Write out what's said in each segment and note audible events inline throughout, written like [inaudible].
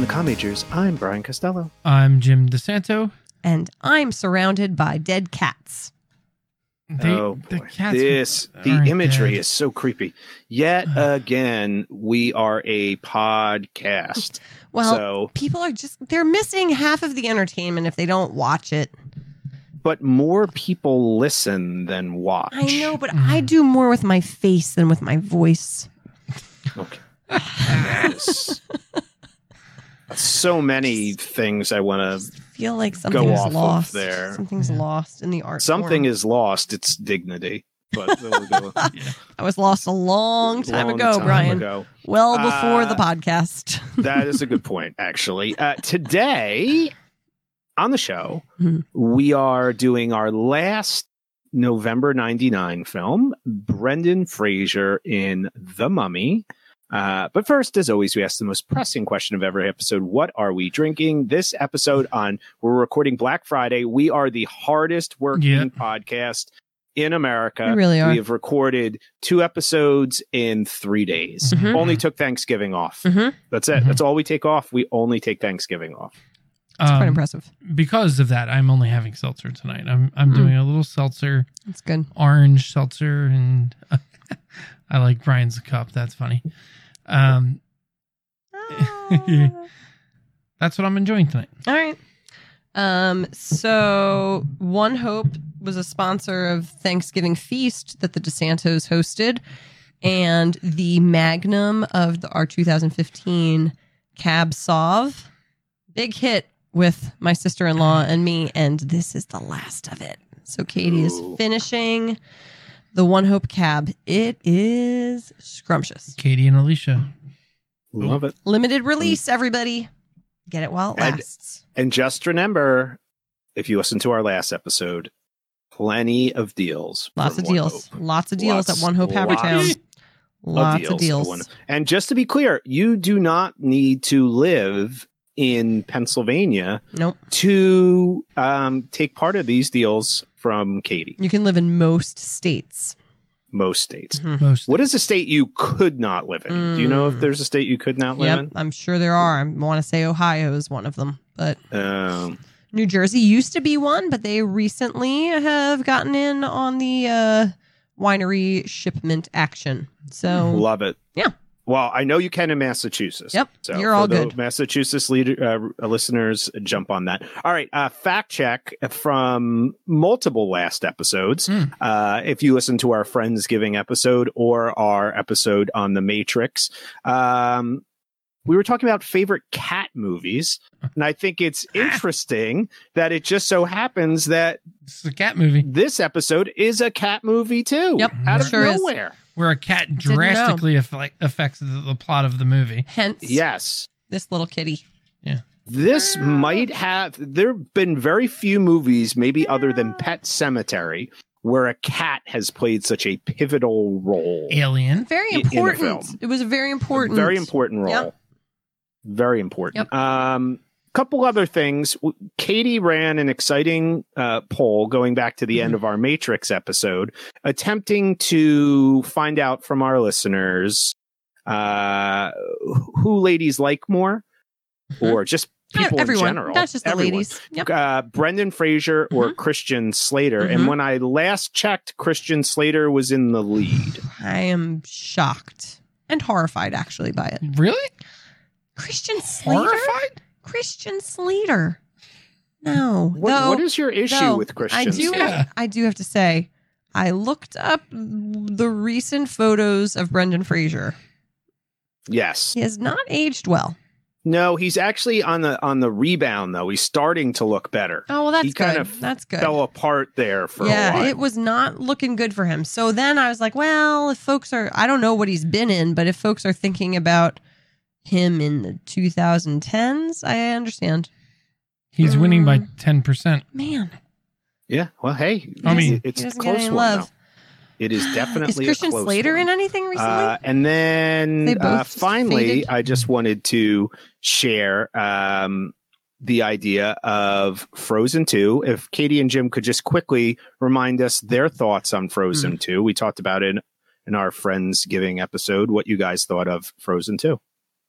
the Commagers. I'm Brian Costello. I'm Jim DeSanto. And I'm surrounded by dead cats. They- oh the boy, cats this the aren't imagery dead. is so creepy. [sighs] Yet again, we are a podcast. [laughs] Well, so, people are just, they're missing half of the entertainment if they don't watch it. but more people listen than watch. I know, but I mm. do more with my face than with my voice. Okay. That [laughs] is- so many things I want I to. feel like something's off of lost. there. Something's Yeah. lost in the art. Something form. is lost. Its dignity. But there we go. I was lost a long [laughs] time Long ago, Brian. ago. Well before the Uh, podcast. [laughs] That is a good point, actually. Uh, today on the show, Hmm. we are doing our last November 99 film, Brendan Fraser in The Mummy. Uh, but first, as always, we ask the most pressing question of every episode What are we drinking? This episode on, we're recording Black Friday. We are the hardest working Yeah. podcast in America. We really are. We have recorded two episodes in three days. Mm-hmm. Mhm. Only took Thanksgiving off. Mhm. That's it. Mhm. That's all we take off. We only take Thanksgiving off. It's quite Um, impressive. because of that, I'm only having seltzer tonight. I'm I'm Mm. doing a little seltzer, That's good. orange seltzer, and [laughs] I like Brian's cup. That's funny. Um, Ah. that's what I'm enjoying tonight. All right. Um, so One Hope was a sponsor of Thanksgiving feast that the DeSantos hosted, and the magnum of the our 2015 Cab Sauv, big hit with my sister in law and me, and this is the last of it. So Katie is Ooh. finishing the One Hope Cab. It is scrumptious. Katie and Alicia. Love it. Limited release, everybody. Get it while it Mm. And- lasts. And just remember, if you listen to our last episode, plenty of deals. Lots from of One deals. Hope. Lots of deals Lots, at One Hope Havertown. lots Lots of from deals. One- And just to be clear, you do not need to live in Pennsylvania Nope. to um, take part of these deals from Katie. You can live in most states. Mm-hmm. Most states. Most. What is a state you could not live in? Do you know if Mm. there's a state you could not live Yep. I'm sure there are. I want to say Ohio is one of them. But in? Um, New Jersey used to be one, but they recently have gotten in on the uh, winery shipment action. So Love it. Mm. Yeah. Well, I know you can in Massachusetts. Yep, So you're for all the good. Massachusetts leader, uh, listeners, jump on that. All right. Uh, fact check from multiple last episodes. Hmm. Uh, if you listen to our Friendsgiving episode or our episode on The Matrix, um, we were talking about favorite cat movies. And I think [laughs] it's interesting that it just so happens that This is a cat movie this episode is a cat movie, too. Yep, Out of sure is. nowhere. where a cat know. drastically affle- affects the, the plot of the movie. hence Yes. this little kitty. This Uh, might have there have been very few movies, maybe other than Pet Cemetery, where a cat has played such a pivotal role. Alien. Very In- in the important. film. It was a very important. Very important role. Yep. Very important. Um couple other things W- katie ran an exciting uh, poll going back to the Mm-hmm. end of our matrix episode attempting to find out from our listeners uh, who ladies like more or just people Mm-hmm. everyone. in general Not just the Everyone ladies. Yep. uh, Brendan Fraser or Mm-hmm. Christian Slater. And Mhm. when I last checked, Christian Slater was in the lead. I am shocked and horrified actually by it. Really? Christian Slater. Horrified? Christian Slater. No. What, Though, what is your issue though, with Christian I do Slater? Slater? have, I do have to say I looked up the recent photos of Brendan Fraser. Yes. He has not aged well. No, he's actually on the on the rebound though. He's starting to look better. Oh, well that's He good. kind of that's good. Fell apart there for a yeah, while. it was not looking good for him. So then I was like, well, if folks are I don't know what he's been in, but if folks are thinking about him in the 2010s, I understand. He's winning by Mm. ten percent. Man, yeah. Well, hey, I mean- it's He a doesn't get close any one. love. though. It is [gasps] is definitely Christian a close Slater one. in anything recently? Uh, and They then both uh, just finally, faded? I just wanted to share um, the idea of Frozen 2. If Katie and Jim could just quickly remind us their thoughts on Frozen 2. We talked about it in our Friends Giving episode, what you guys thought of Frozen 2.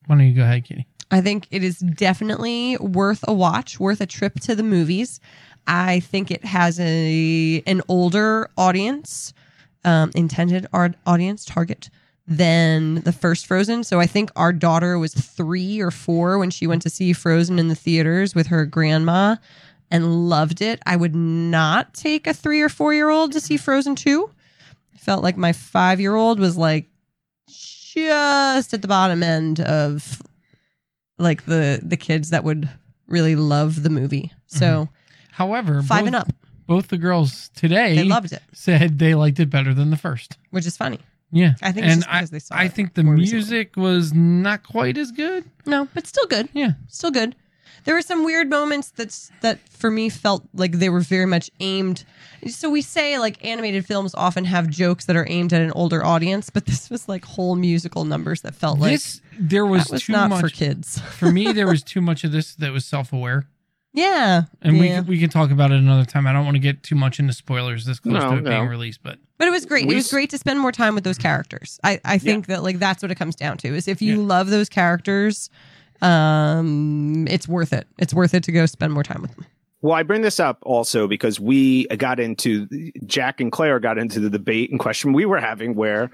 Why don't you go ahead, Katie? I think it is definitely worth a watch, worth a trip to the movies. I think it has a an older audience, um, intended our audience target than the first Frozen. So I think our daughter was three or four when she went to see Frozen in the theaters with her grandma and loved it. I would not take a three or four year old to see Frozen two. I felt like my five year old was like just at the bottom end of like the the kids that would really love the movie. So However, Mm-hmm. five both, and up, both the girls today they loved it, said they liked it better than the first. which is funny. Yeah, I think it's and just I, because they saw. I it think the more recently. music was not quite as good. no, but still good. Yeah, still good. There were some weird moments that's that for me felt like they were very much aimed. So we say like animated films often have jokes that are aimed at an older audience, but this was like whole musical numbers that felt like this there was, that was too not much for kids. for me. There was too much of this that was self aware, Yeah, and we yeah. we can talk about it another time. I don't want to get too much into spoilers this close No, to it no. being released, but But it was great. We it was s- great to spend more time with those characters. I, I think that like that's what it comes down to is if you Yeah. love those characters, um, it's worth it. It's worth it to go spend more time with them. Well, I bring this up also because we got into Jack and Claire got into the debate and question we were having where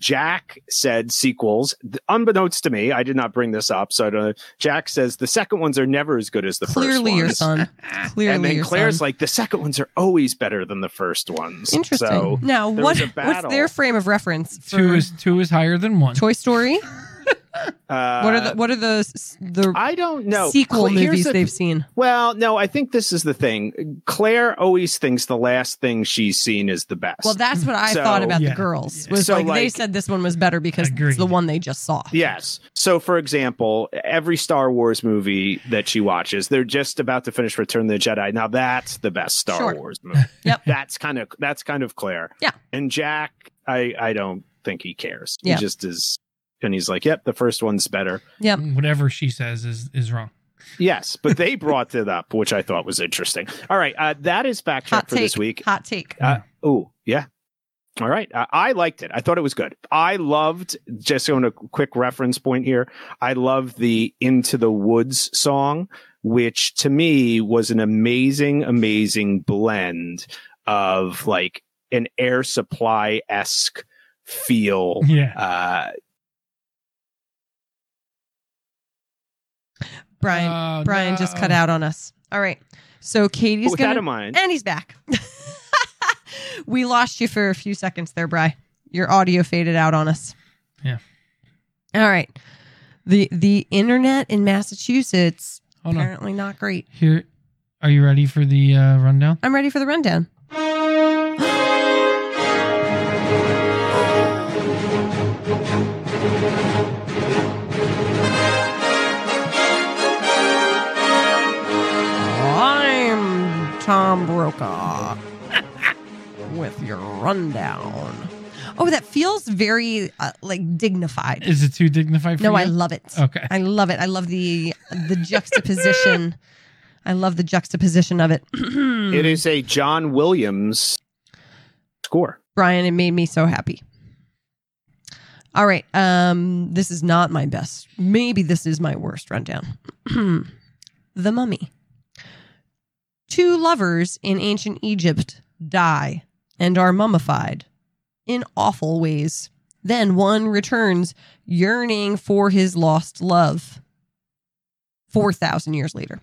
Jack said sequels, unbeknownst to me, I did not bring this up. So I don't know. Jack says the second ones are never as good as the first Clearly, ones. [laughs] your son. Clearly, and then your Claire's son. like the second ones are always better than the first ones. Interesting. Hmm. So now, there what was a what's battle. their frame of reference for two is two is higher than one. Toy Story? uh, what are the what are the the I don't know sequel Cla- here's movies the- they've seen? Well, no, I think this is the thing. Claire always thinks the last thing she's seen is the best. Well, that's what I So- thought about Yeah. the girls. Was So, like, they like- said this one was better because Agreed. it's the one they just saw. Yes. So, for example, every Star Wars movie that she watches, they're just about to finish Return of the Jedi. Now that's the best Star Sure. Wars movie. [laughs] Yep. That's kind of that's kind of Claire. Yeah. And Jack, I I don't think he cares. Yeah. He just is, and he's like, "Yep, the first one's better." Whatever she says is is wrong. Yes, but [laughs] they brought it up, which I thought was interesting. All right, uh, that is fact check Hot for take. this week. Hot take. Uh, oh, yeah. All right. I, I liked it. I thought it was good. I loved, just on a quick reference point here, I loved the Into the Woods song, which to me was an amazing, amazing blend of like an air supply esque feel. [laughs] Oh Uh, Yeah, Brian Oh, Brian just no. cut out on us. All right. So Katie's with that gonna in mind, and he's back. [laughs] we lost you for a few seconds there, Bry. Your audio faded out on us. Yeah. All right. The the internet in Massachusetts Hold on. apparently not great. Here, are you ready for the uh, rundown? I'm ready for the rundown. I'm Tom Brokaw [laughs] with your rundown. Oh, that feels very uh, like dignified. Is it too dignified for No, I you? love it. Okay. I love it. I love the the [laughs] juxtaposition. I love the juxtaposition of it. [clears throat] it is a John Williams score. Brian, it made me so happy. All right. Um, this is not my best. Maybe this is my worst rundown. [clears throat] the Mummy. Two lovers in ancient Egypt die and are mummified in awful ways. Then one returns yearning for his lost love. 4,000 years later.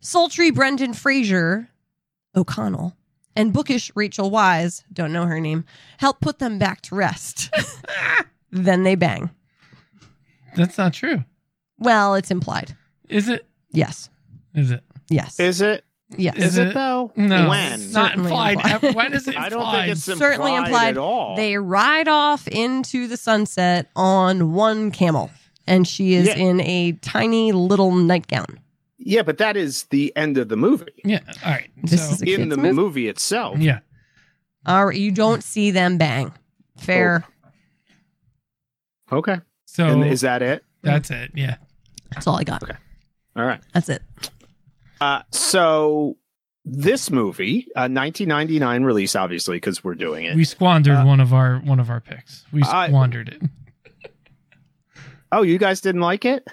Sultry Brendan Fraser O'Connell and bookish Rachel Wise, don't know her name, help put them back to rest. then they bang. That's not true. Well, it's implied. Is it? Yes. Is it? Yes. Is it? yes. Is Is, it, it? though? No. When? It's not Certainly implied. [laughs] implied. when is it implied? I don't think it's implied Certainly implied. at all. They ride off into the sunset on one camel, and she is Yeah. in a tiny little nightgown. Yeah, but that is the end of the movie. Yeah. All right. This so, is a- In kid's the movie? movie, itself. yeah. All right, you don't see them bang. Fair. Okay. So And is that it? that's it. Yeah. That's all I got. All right. That's it. Uh, so this movie, a 1999 release, obviously, because we're doing it. We squandered Uh, one of our one of our picks. We I- squandered it. oh, you guys didn't like it?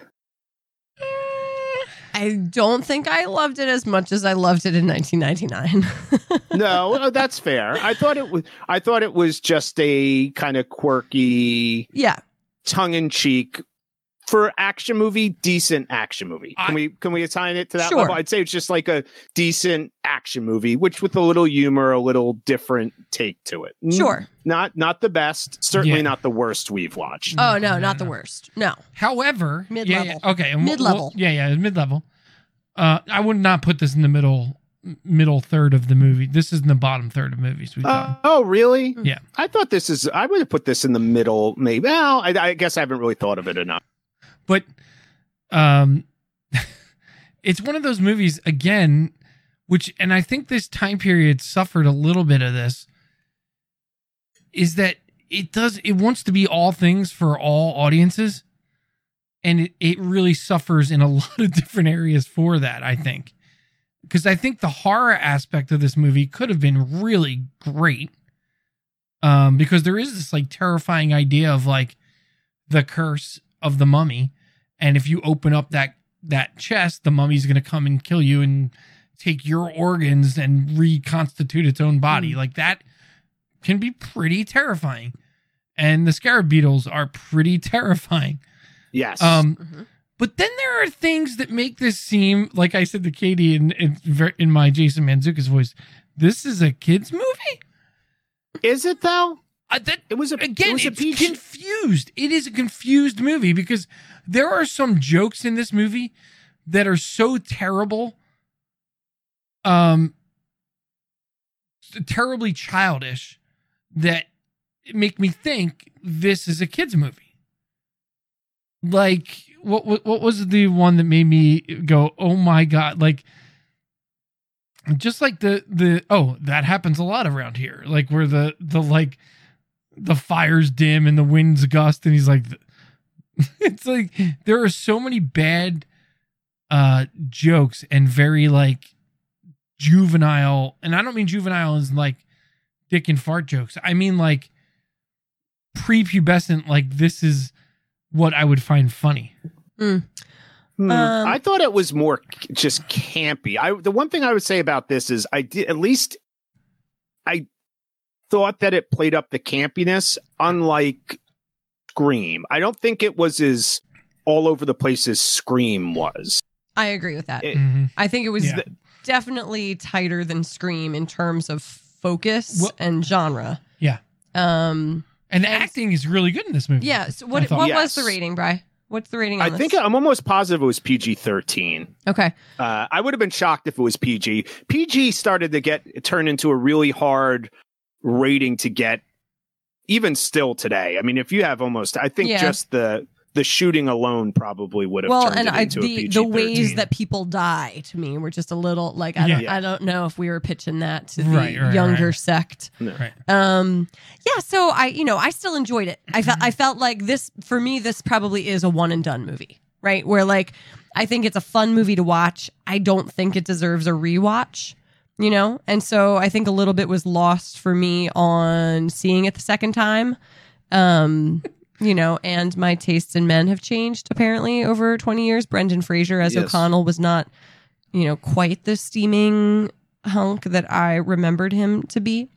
I don't think I loved it as much as I loved it in 1999. no, uh, that's fair. I thought it was. I thought it was just a kind of quirky, [laughs] yeah. tongue in cheek for action movie, decent action movie. Can I- we can we assign it to that Sure. level? I'd say it's just like a decent action movie, which with a little humor, a little different take to it. N- Sure. Not not the best, certainly Yeah. not the worst we've watched. Oh, No, no, no, not the no. worst. No. However, yeah, Mid-level. yeah, okay, and we'll- Mid-level. we'll- yeah, yeah, mid level. Uh, I would not put this in the middle middle third of the movie. This is in the bottom third of movies we've Uh, done. oh, really? Yeah. I thought this is. I would have put this in the middle, maybe. Well, I, I guess I haven't really thought of it enough. but um, [laughs] it's one of those movies again, which, and I think this time period suffered a little bit of this. Is that it does it wants to be all things for all audiences, and it it really suffers in a [laughs] lot of different areas for that. I think because I think the horror aspect of this movie could have been really great. Um, because there is this like terrifying idea of like the curse of the mummy and if you open up that that chest the mummy's going to come and kill you and take your organs and reconstitute its own body like that can be pretty terrifying and the scarab beetles are pretty terrifying Yes. um Mhm. but then there are things that make this seem like I said to Katie in in, ver- in my Jason Manzuka's voice. This is a kids movie. is it though? Uh, that It was a again, It was a it's PG confused. It is a confused movie because there are some jokes in this movie that are so terrible, um, terribly childish that make me think this is a kids movie. Like what what, what was the one that made me go, "Oh my god!" Like just like the the oh that happens a lot around here like where the the like the fire's dim and the winds gust and he's like [laughs] it's like there are so many bad uh jokes and very like juvenile and i don't mean juvenile is like dick and fart jokes i mean like prepubescent like this is what i would find funny Hmm. Um, I thought it was more c- just campy. I the one thing I would say about this is I did at least I thought that it played up the campiness, unlike Scream. I don't think it was as all over the place as Scream was. I agree with that. It- Mhm. I think it was Yeah. definitely tighter than Scream in terms of focus What- and genre. Yeah. Um. and the acting is really good in this movie Yeah. So I what? thought- What was the Yes. rating, Bry? What's the rating? On I this? think I'm almost positive it was PG thirteen. okay. Uh, I would have been shocked if it was PG. PG started to get turned into a really hard rating to get, even still today. I mean, if you have almost, I think Yeah. just the the shooting alone probably would have Well, turned and it I, into a the PG the ways 13. that people die to me were just a little like I don't Yeah. I don't know if we were pitching that to the Right, right, younger right. sect. No. Right. Um. Yeah. So I you know I still enjoyed it. I felt I felt like this for me this probably is a one and done movie right where like I think it's a fun movie to watch. I don't think it deserves a rewatch. You know, and so I think a little bit was lost for me on seeing it the second time. Um, you know, and my tastes in men have changed apparently over 20 years. Brendan Fraser as Yes. O'Connell was not, you know, quite the steaming hunk that I remembered him to be.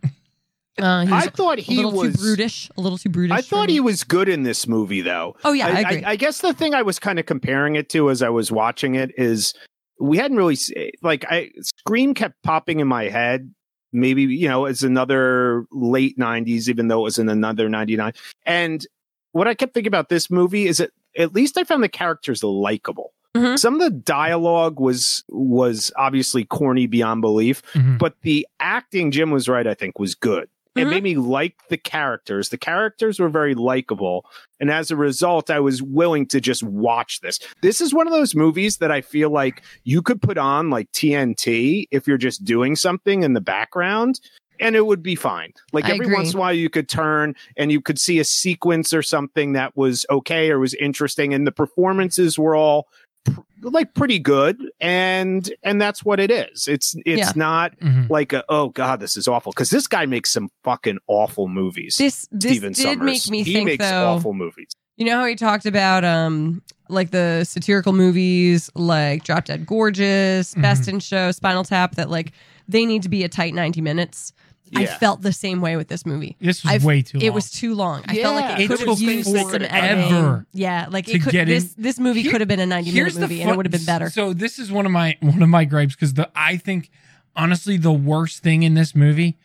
Uh, he was I thought a he little too was. brutish, a little too brutish. I for thought me. he was good in this movie, though. Oh yeah, I, I, agree. I, I guess the thing I was kind of comparing it to as I was watching it is we hadn't really se- like I Scream kept popping in my head. Maybe you know it's another late '90s, even though it was in another '99. And what I kept thinking about this movie is that at least I found the characters likable. Mhm. Some of the dialogue was was obviously corny beyond belief, Mm-hmm. Mhm. but the acting Jim was right. I think was good. It Mhm. made me like the characters. The characters were very likable. And as a result, I was willing to just watch this. This is one of those movies that I feel like you could put on like TNT if you're just doing something in the background and it would be fine. Like I every agree. once in a while you could turn and you could see a sequence or something that was okay or was interesting and the performances were all pr- like pretty good and and that's what it is. It's it's Yeah. not Mhm. like a, oh god this is awful because this guy makes some fucking awful movies this this Steven did Summers. make me he think makes though. awful movies You know how he talked about um like the satirical movies like Drop Dead Gorgeous, Mm-hmm. Best in Show, Spinal Tap that like they need to be a tight 90 minutes. I Yeah. felt the same way with this movie. This was I've- way too. It long. was too long. I felt like Yeah. it It could have took used things some that editing. ever Yeah, like to it could get in. this this movie Here- could have been a 90 minute Here's the movie and it fun- would have been better. So this is one of my one of my gripes because the I think honestly the worst thing in this movie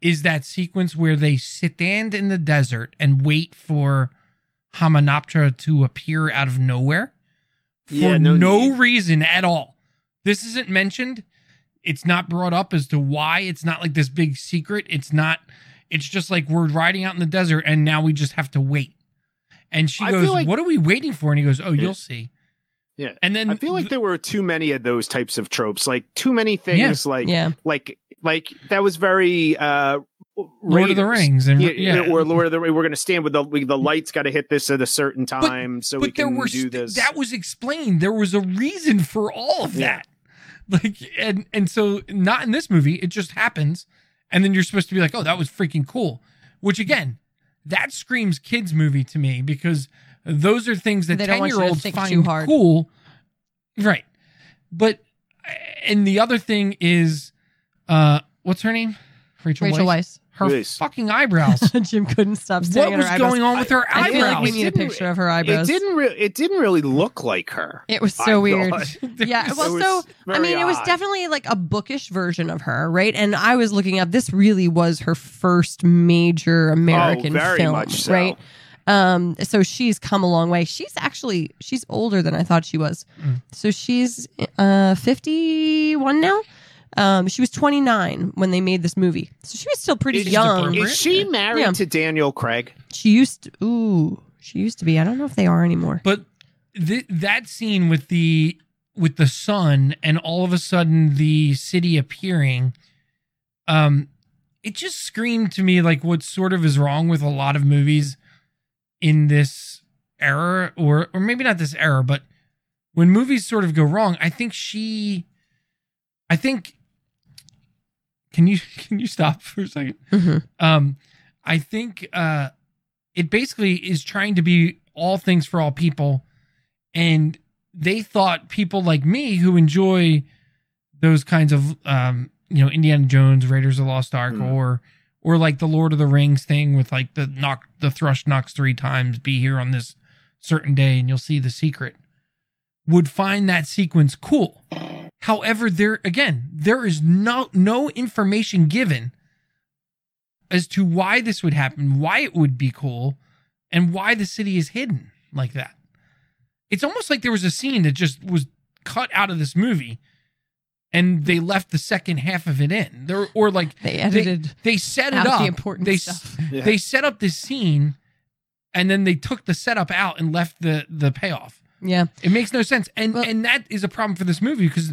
is that sequence where they stand in the desert and wait for Hamanoptera to appear out of nowhere for Yeah, no, no need. reason at all. This isn't mentioned. It's not brought up as to why. It's not like this big secret. It's not. It's just like we're riding out in the desert and now we just have to wait. And she I goes, feel like- "What are we waiting for?" And he goes, "Oh, Yeah. you'll see." Yeah. And then I feel like there were too many of those types of tropes, like too many things, like yeah. like like that was very uh Lord of the Raiders. Rings and Yeah, yeah, or Lord of the Rings. We're going to stand with the we, the lights. Got to hit this at a certain time, so we but there can were do st- this. that was explained. There was a reason for all of Yeah. that. Like and and so not in this movie. It just happens, and then you're supposed to be like, oh, that was freaking cool. Which again, that screams kids movie to me because those are things that They don't ten want you to year olds think find too hard. cool, right? But and the other thing is, uh, what's her name? Rachel, Rachel Weisz. Weiss. Her Weiss. fucking [laughs] eyebrows. Jim couldn't stop what staring was at her eyebrows. going on with her I eyebrows? feel like we It need a didn't- picture of her it eyebrows. didn't really. It dn't really look like her. It was I so weird. thought. [laughs] Yeah, It well, was so I very mean, it was odd. definitely like a bookish version of her, right? And I was looking up. This really was her first major American oh, very film, much so. right? Um, so she's come a long way. She's actually she's older than I thought she was. Mm. So she's uh, fifty one now. Um, she was twenty nine when they made this movie, so she was still pretty Is- young. Remember Is she married Yeah. to Daniel Craig? She used to, ooh, she used to be. I don't know if they are anymore. But th- that scene with the with the sun and all of a sudden the city appearing, um, it just screamed to me like what sort of is wrong with a lot of movies in this era, or or maybe not this era, but when movies sort of go wrong, I think she, I think. Can you [laughs] can you stop for a second? Mhm. um i think uh it basically is trying to be all things for all people and they thought people like me who enjoy those kinds of um you know indiana jones raiders of the lost ark Hmm. or or like the lord of the rings thing with like the knock the thrush knocks three times be here on this certain day and you'll see the secret would find that sequence cool however there again there is no no information given as to why this would happen, why it would be cool, and why the city is hidden like that. It's almost like there was a scene that just was cut out of this movie and they left the second half of it in. There or like They edited they set it out up. the important they s- stuff. Yeah. they set up this scene and then they took the setup out and left the the payoff. Yeah. It makes no sense. And Well- and that is a problem for this movie because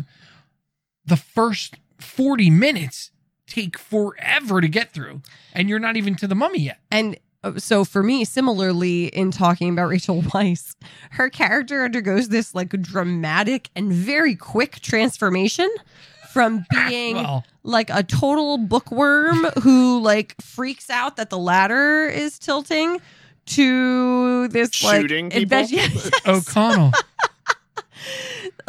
the first 40 minutes take forever to get through and you're not even to the mummy yet. And uh, so for me, similarly, in talking about Rachel [laughs] Weisz, her character undergoes this like dramatic and very quick transformation [laughs] from being Well, like a total bookworm who like freaks out that the ladder is tilting to this Shooting like people? [laughs] advent- Yes. O'Connell.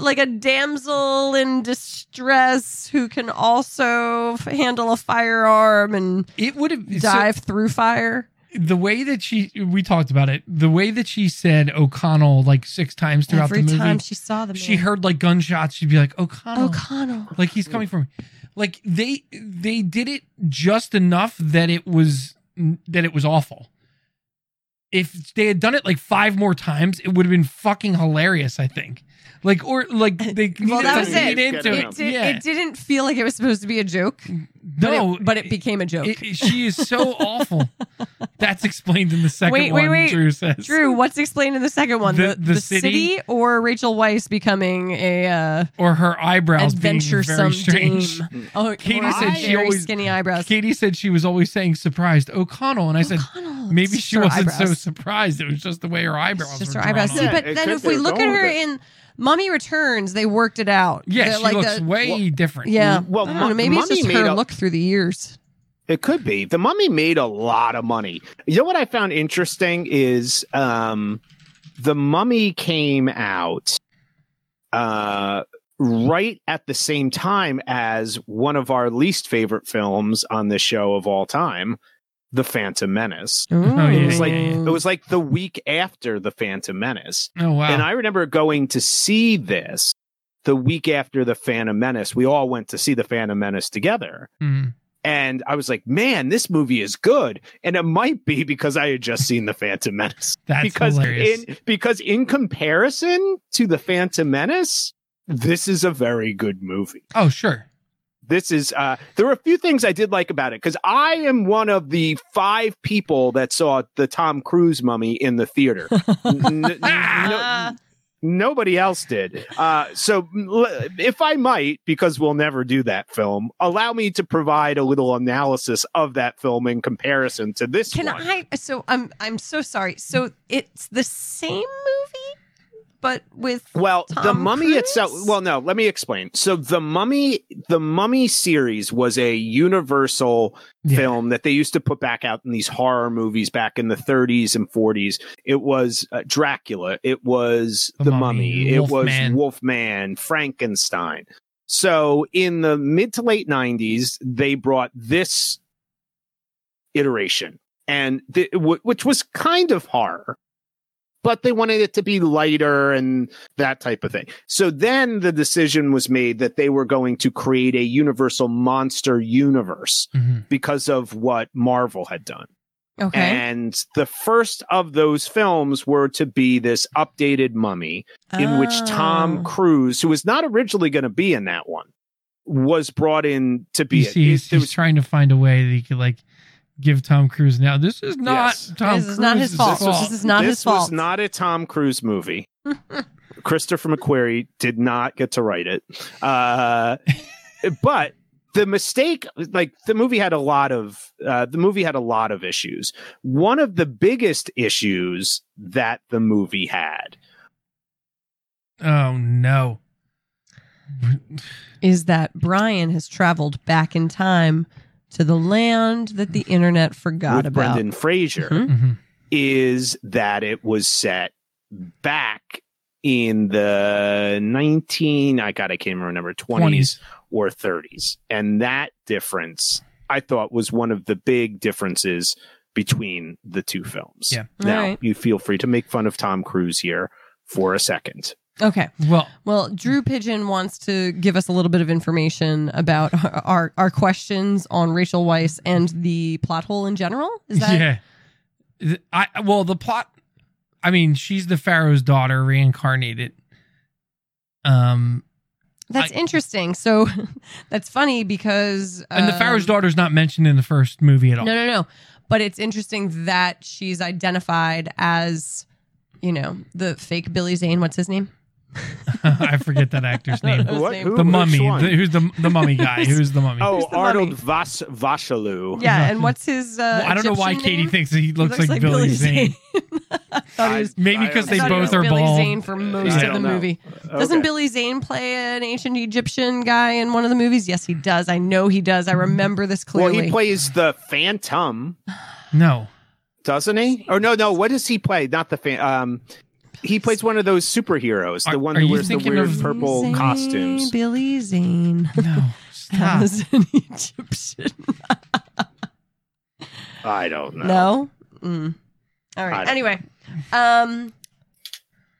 like a damsel in distress who can also f- handle a firearm and It would have so dive through fire. the way that she we talked about it, the way that she said O'Connell like six times throughout Every the movie. time she saw the man. she heard like gunshots, she'd be like, O'Connell. O'Connell. like he's coming for me. Like they they did it just enough that it was that it was awful. If they had done it like five more times, it would have been fucking hilarious. I think. Like or [laughs] like they Well, needed that to was lead it. Get into it it. out. It, did, yeah. it didn't feel like it was supposed to be a joke, but, no, it, but it became a joke. it- it- she is [laughs] so awful. That's explained in the second Wait, wait, one. wait. Drew says. Drew, what's explained in the second one? The- The, the the city? city? or Rachel Weiss becoming a uh, or her eyebrows being very adventuresome strange. [laughs] Mm. dame. Oh, Katie or said she very always- skinny eyebrows. Katie said she was always saying surprised O'Connell, and I said O'Connell. maybe It's she her wasn't so eyebrows. surprised. It was just the way her eyebrows. It's just were her drawn eyebrows. on. See, Yeah, but it then could if we be look at going her with it. in Mummy Returns, they worked it out. Yeah, They're she like looks the- way different. Yeah. Well, I don't know, Mu- maybe it's Mummy just made her a- look through the years. It could be. The Mummy made a lot of money. You know what I found interesting is um The Mummy came out uh, right at the same time as one of our least favorite films on the show of all time, The Phantom Menace. Oh, yeah, It was like yeah, Mm. it was like the week after The Phantom Menace. Oh wow. And I remember going to see this the week after The Phantom Menace. We all went to see The Phantom Menace together. Hmm. And I was like, man, this movie is good. And it might be because I had just seen The Phantom Menace [laughs] That's because hilarious. in because in comparison to the Phantom Menace, this is a very good movie. oh sure. This is uh there were a few things I did like about it because I am one of the five people that saw the Tom Cruise mummy in the theater. N- n- no- nobody else did. Uh so l- if I might, because we'll never do that film, allow me to provide a little analysis of that film in comparison to this Can one. I? So I'm I'm so sorry. So it's the same movie, but with Well, the Tom mummy Cruise? itself. Well, no, let me explain. So the mummy, the mummy series was a universal Yeah. film that they used to put back out in these horror movies back in the 30s and 40s. It was uh, Dracula. It was The the, Mummy, mummy. it Wolfman. was Wolfman, Frankenstein. So in the mid to late 90s, they brought this iteration and th- w- which was kind of horror but they wanted it to be lighter and that type of thing. So then the decision was made that they were going to create a universal monster universe Mhm. because of what Marvel had done. okay And the first of those films were to be this updated mummy in which Tom Oh. Cruise, who was not originally going to be in that one, was brought in to be You it. see, It- he's, there he's was- trying to find a way that he could like give Tom Cruise now. This is not Yes. Tom This is not his Cruise's fault. fault. This is not this his fault. was not a Tom Cruise movie. [laughs] Christopher McQuarrie did not get to write it. Uh, but the mistake, like the movie had a lot of, uh, the movie had a lot of issues. One of the biggest issues that the movie had oh no. Hmm? is that Brian has traveled back in time to the land that the internet forgot with about. Brendan Fraser Mhm. Mhm. is that it was set back in the 19, I got, I can't remember, 20s. or 30s. And that difference, I thought, was one of the big differences between the two films. Yeah. Now, Alright. you feel free to make fun of Tom Cruise here for a second. Mm-hmm. Okay. Well, Well, Drew Pigeon wants to give us a little bit of information about [laughs] our our questions on Rachel Weiss and the plot hole in general. Is that yeah. Th- I well the plot. I mean, she's the Pharaoh's daughter reincarnated. Um, that's I- interesting? So [laughs] that's funny because and the um, Pharaoh's daughter's not mentioned in the first movie at all. No, no, no. But it's interesting that she's identified as, you know, the fake Billy Zane. What's his name? [laughs] I forget that actor's [laughs] name. His name. Who- the which mummy. one? The- who's the the mummy guy? [laughs] Who's the mummy? oh, the mummy? Arnold Vas- Vashaloo. Yeah, and what's his? Uh, Well, I don't know why Egyptian Katie name? thinks he looks, like, Billy Zane. [laughs] I thought he I- was. Oh, Maybe I because don't they I thought he know. both was are Billy bald. Zane for most I of the don't know. movie. Okay. Doesn't Billy Zane play an ancient Egyptian guy in one of the movies? Yes, he does. I know he does. I remember this Well, clearly. he plays the Phantom, [laughs] No, doesn't he? Or no, no. What does he play? Not the fan. Um, he plays one of those superheroes, Are- the one are who you wears the thinking weird of- purple Zane, costumes. Billy Zane [laughs] no, stop. as [laughs] an Egyptian. I don't know. No. Mm. All I right. don't Anyway, um,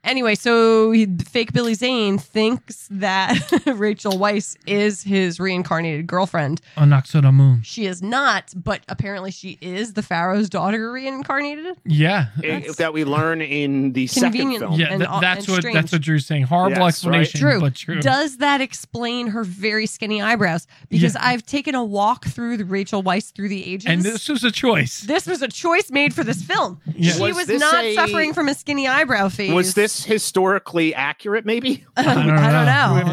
anyway, so he, fake Billy Zane thinks that [laughs] Rachel Weiss is his reincarnated girlfriend. On Oxoda Moon. She is not, but apparently she is the Pharaoh's daughter reincarnated. [laughs] Yeah. It- That's- that we learn in the second Convenient. film. Yeah, and tha- all- that's and what that's strange. what Drew's saying. Horrible Yes, right. explanation, True. but true. Does that explain her very skinny eyebrows? Because I've taken a walk through the Rachel Weiss through the ages. and this was a choice. This was a choice made for this film. Yeah. She Was was, this not a- suffering from a skinny eyebrow phase. Was this historically accurate? Maybe [laughs] [laughs] I don't don't, know. We We know.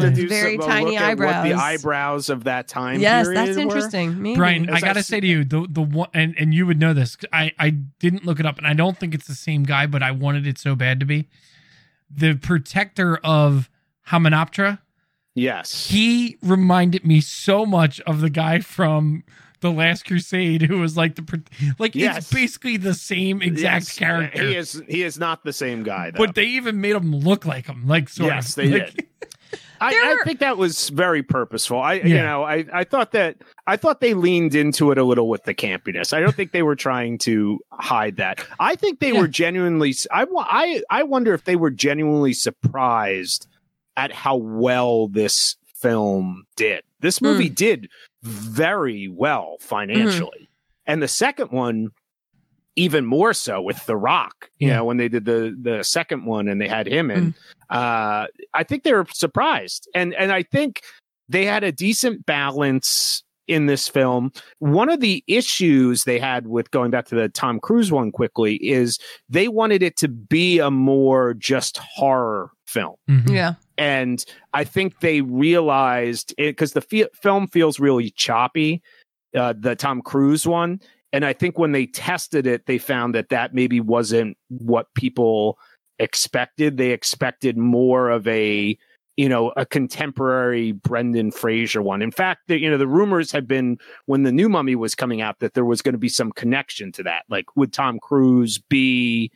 have to do Very some, a tiny look at eyebrows. What the eyebrows of that time. yes, period that's were. interesting. Maybe. Brian, I As I gotta s- say to you, the the one and, and you would know this. 'cause I, I didn't look it up and I don't think it's the same guy, but I wanted it so bad to be. The protector of Hymenoptera, Yes. he reminded me so much of the guy from the Last Crusade, who was like the pr- like Yes. it's basically the same exact Yes, character. He is he is not the same guy though. but they even made him look like him, like sort Yes, of. they Like, [laughs] did. I, There I were- think that was very purposeful. I you Yeah. know, I, I thought that I thought they leaned into it a little with the campiness. I don't think they were trying to hide that. I think they Yeah. were genuinely I, wa- I I wonder if they were genuinely surprised at how well this film did. This movie did very well financially. And the second one even more so with The Rock, you Yeah. know, when they did the the second one and they had him in. Uh, I think they were surprised, and and I think they had a decent balance in this film. One of the issues they had with going back to the Tom Cruise one quickly is they wanted it to be a more just horror film. Mhm. Yeah. And I think they realized it because the fi- film feels really choppy, uh, the Tom Cruise one. And I think when they tested it, they found that that maybe wasn't what people expected. They expected more of a, you know, a contemporary Brendan Fraser one. In fact, the, you know, the rumors had been when the new mummy was coming out that there was going to be some connection to that. Like, would Tom Cruise be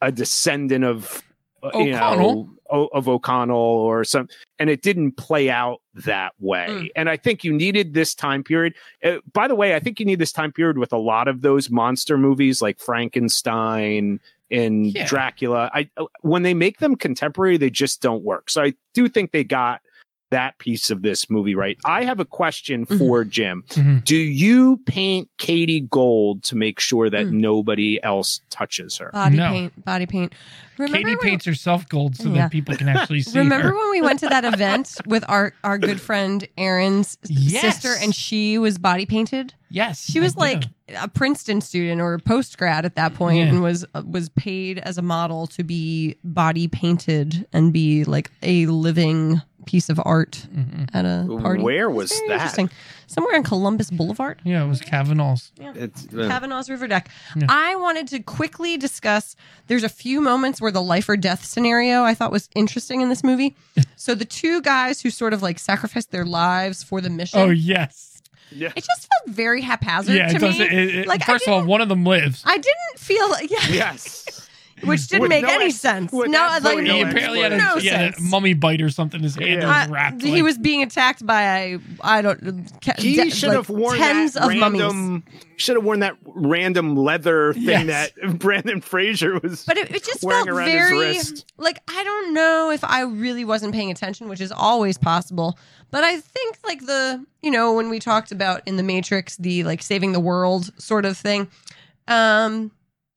a descendant of, uh, you know, O'Connell. o- of O'Connell or some, and it didn't play out that way. Mm. And I think you needed this time period. Uh, by the way, I think you need this time period with a lot of those monster movies like Frankenstein and Yeah. Dracula. I uh, when they make them contemporary, they just don't work. So I do think they got that piece of this movie right. I have a question Mhm. for Jim. Mhm. Do you paint Katie gold to make sure that Mm. nobody else touches her? Body No. paint. Body paint. Remember Katie when- paints herself gold so Yeah. that people can actually [laughs] see Remember her. when we went to that event with our, our good friend Erin's Yes. sister and she was body painted? Yes, She was I like do. a Princeton student or a post grad at that point Yeah. and was uh, was paid as a model to be body painted and be like a living piece of art Mhm. at a party. Where was Very that? Interesting. Somewhere on Columbus Boulevard. yeah, it was Kavanaugh's. It's, Kavanaugh's River Deck. Yeah. I wanted to quickly discuss. There's a few moments where the life or death scenario I thought was interesting in this movie. so the two guys who sort of like sacrificed their lives for the mission. Oh yes, yeah. It just felt very haphazard yeah. to It does, me. it, it- Like, I first of all, one of them lives. I didn't feel [laughs] yeah, [laughs] Yes. which didn't With make no any ex- sense. with No, I like absolutely he no apparently had a no explanation. yeah, sense. mummy bite or something. His hand Yeah. was I- wrapped. Uh, he like- was being attacked by a I don't ca- He de- should like, have worn tens that of mummies. random. Should have worn that random leather thing Yes. that [laughs] Brandon Fraser was. But it, it just wearing felt around his very wrist. like I don't know if I really wasn't paying attention, which is always possible. But I think like the you know when we talked about in the Matrix the like saving the world sort of thing. Um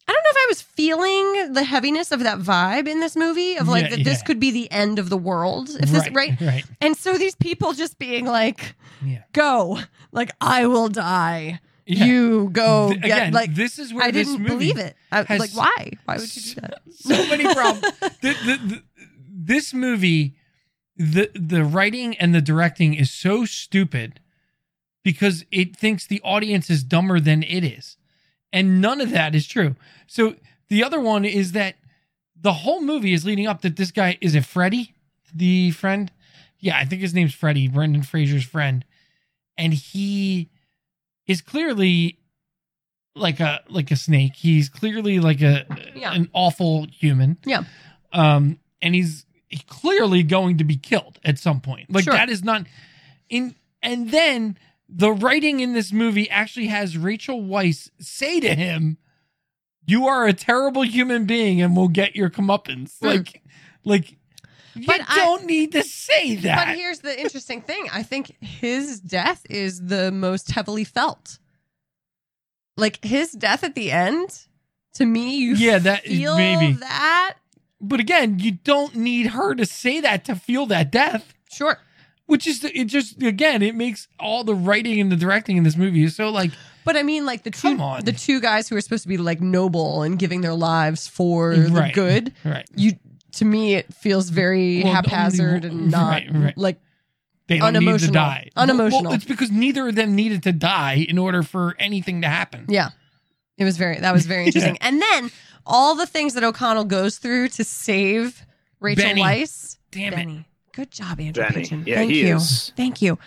I don't know if I was feeling the heaviness of that vibe in this movie of like Yeah, that this yeah. could be the end of the world if this right right. And so these people just being like, Yeah. go, like, I will die. Yeah. You go Th- get, again, like, this is where I this didn't movie believe it. I, has like, why? Why would you do that? [laughs] so many [laughs] problems. The- the- the- this movie, the the writing and the directing is so stupid because it thinks the audience is dumber than it is, and none of that is true. So the other one is that the whole movie is leading up that this guy is it Freddy, the friend. Yeah, I think his name's Freddy, Brendan Fraser's friend, and he is clearly like a like a snake. He's clearly like a Yeah. an awful human. Yeah. Um, and he's clearly going to be killed at some point. Like Sure. that is not in. And then the writing in this movie actually has Rachel Weisz say to him, "You are a terrible human being, and will get your comeuppance." Mm. Like, like. But you I- don't need to say that. But here's the interesting thing I think his death is the most heavily felt. Like, his death at the end, to me, you Yeah, that is- feel maybe. that. but again, you don't need her to say that to feel that death. Sure. Which is it just again, it makes all the writing and the directing in this movie is so like But I mean, like the two Come on. the two guys who are supposed to be like noble and giving their lives for the Right. good, right. you to me it feels very Well, haphazard only- and not right, right. like They don't need to Unemotional. die. Well- Unemotional. Well, it's because neither of them needed to die in order for anything to happen. yeah it was very [laughs] that was very interesting and then all the things that o'connell goes through to save rachel Benny. weiss Damn it. benny good job andrew Benny. Pigeon. Yeah, thank he you is. thank you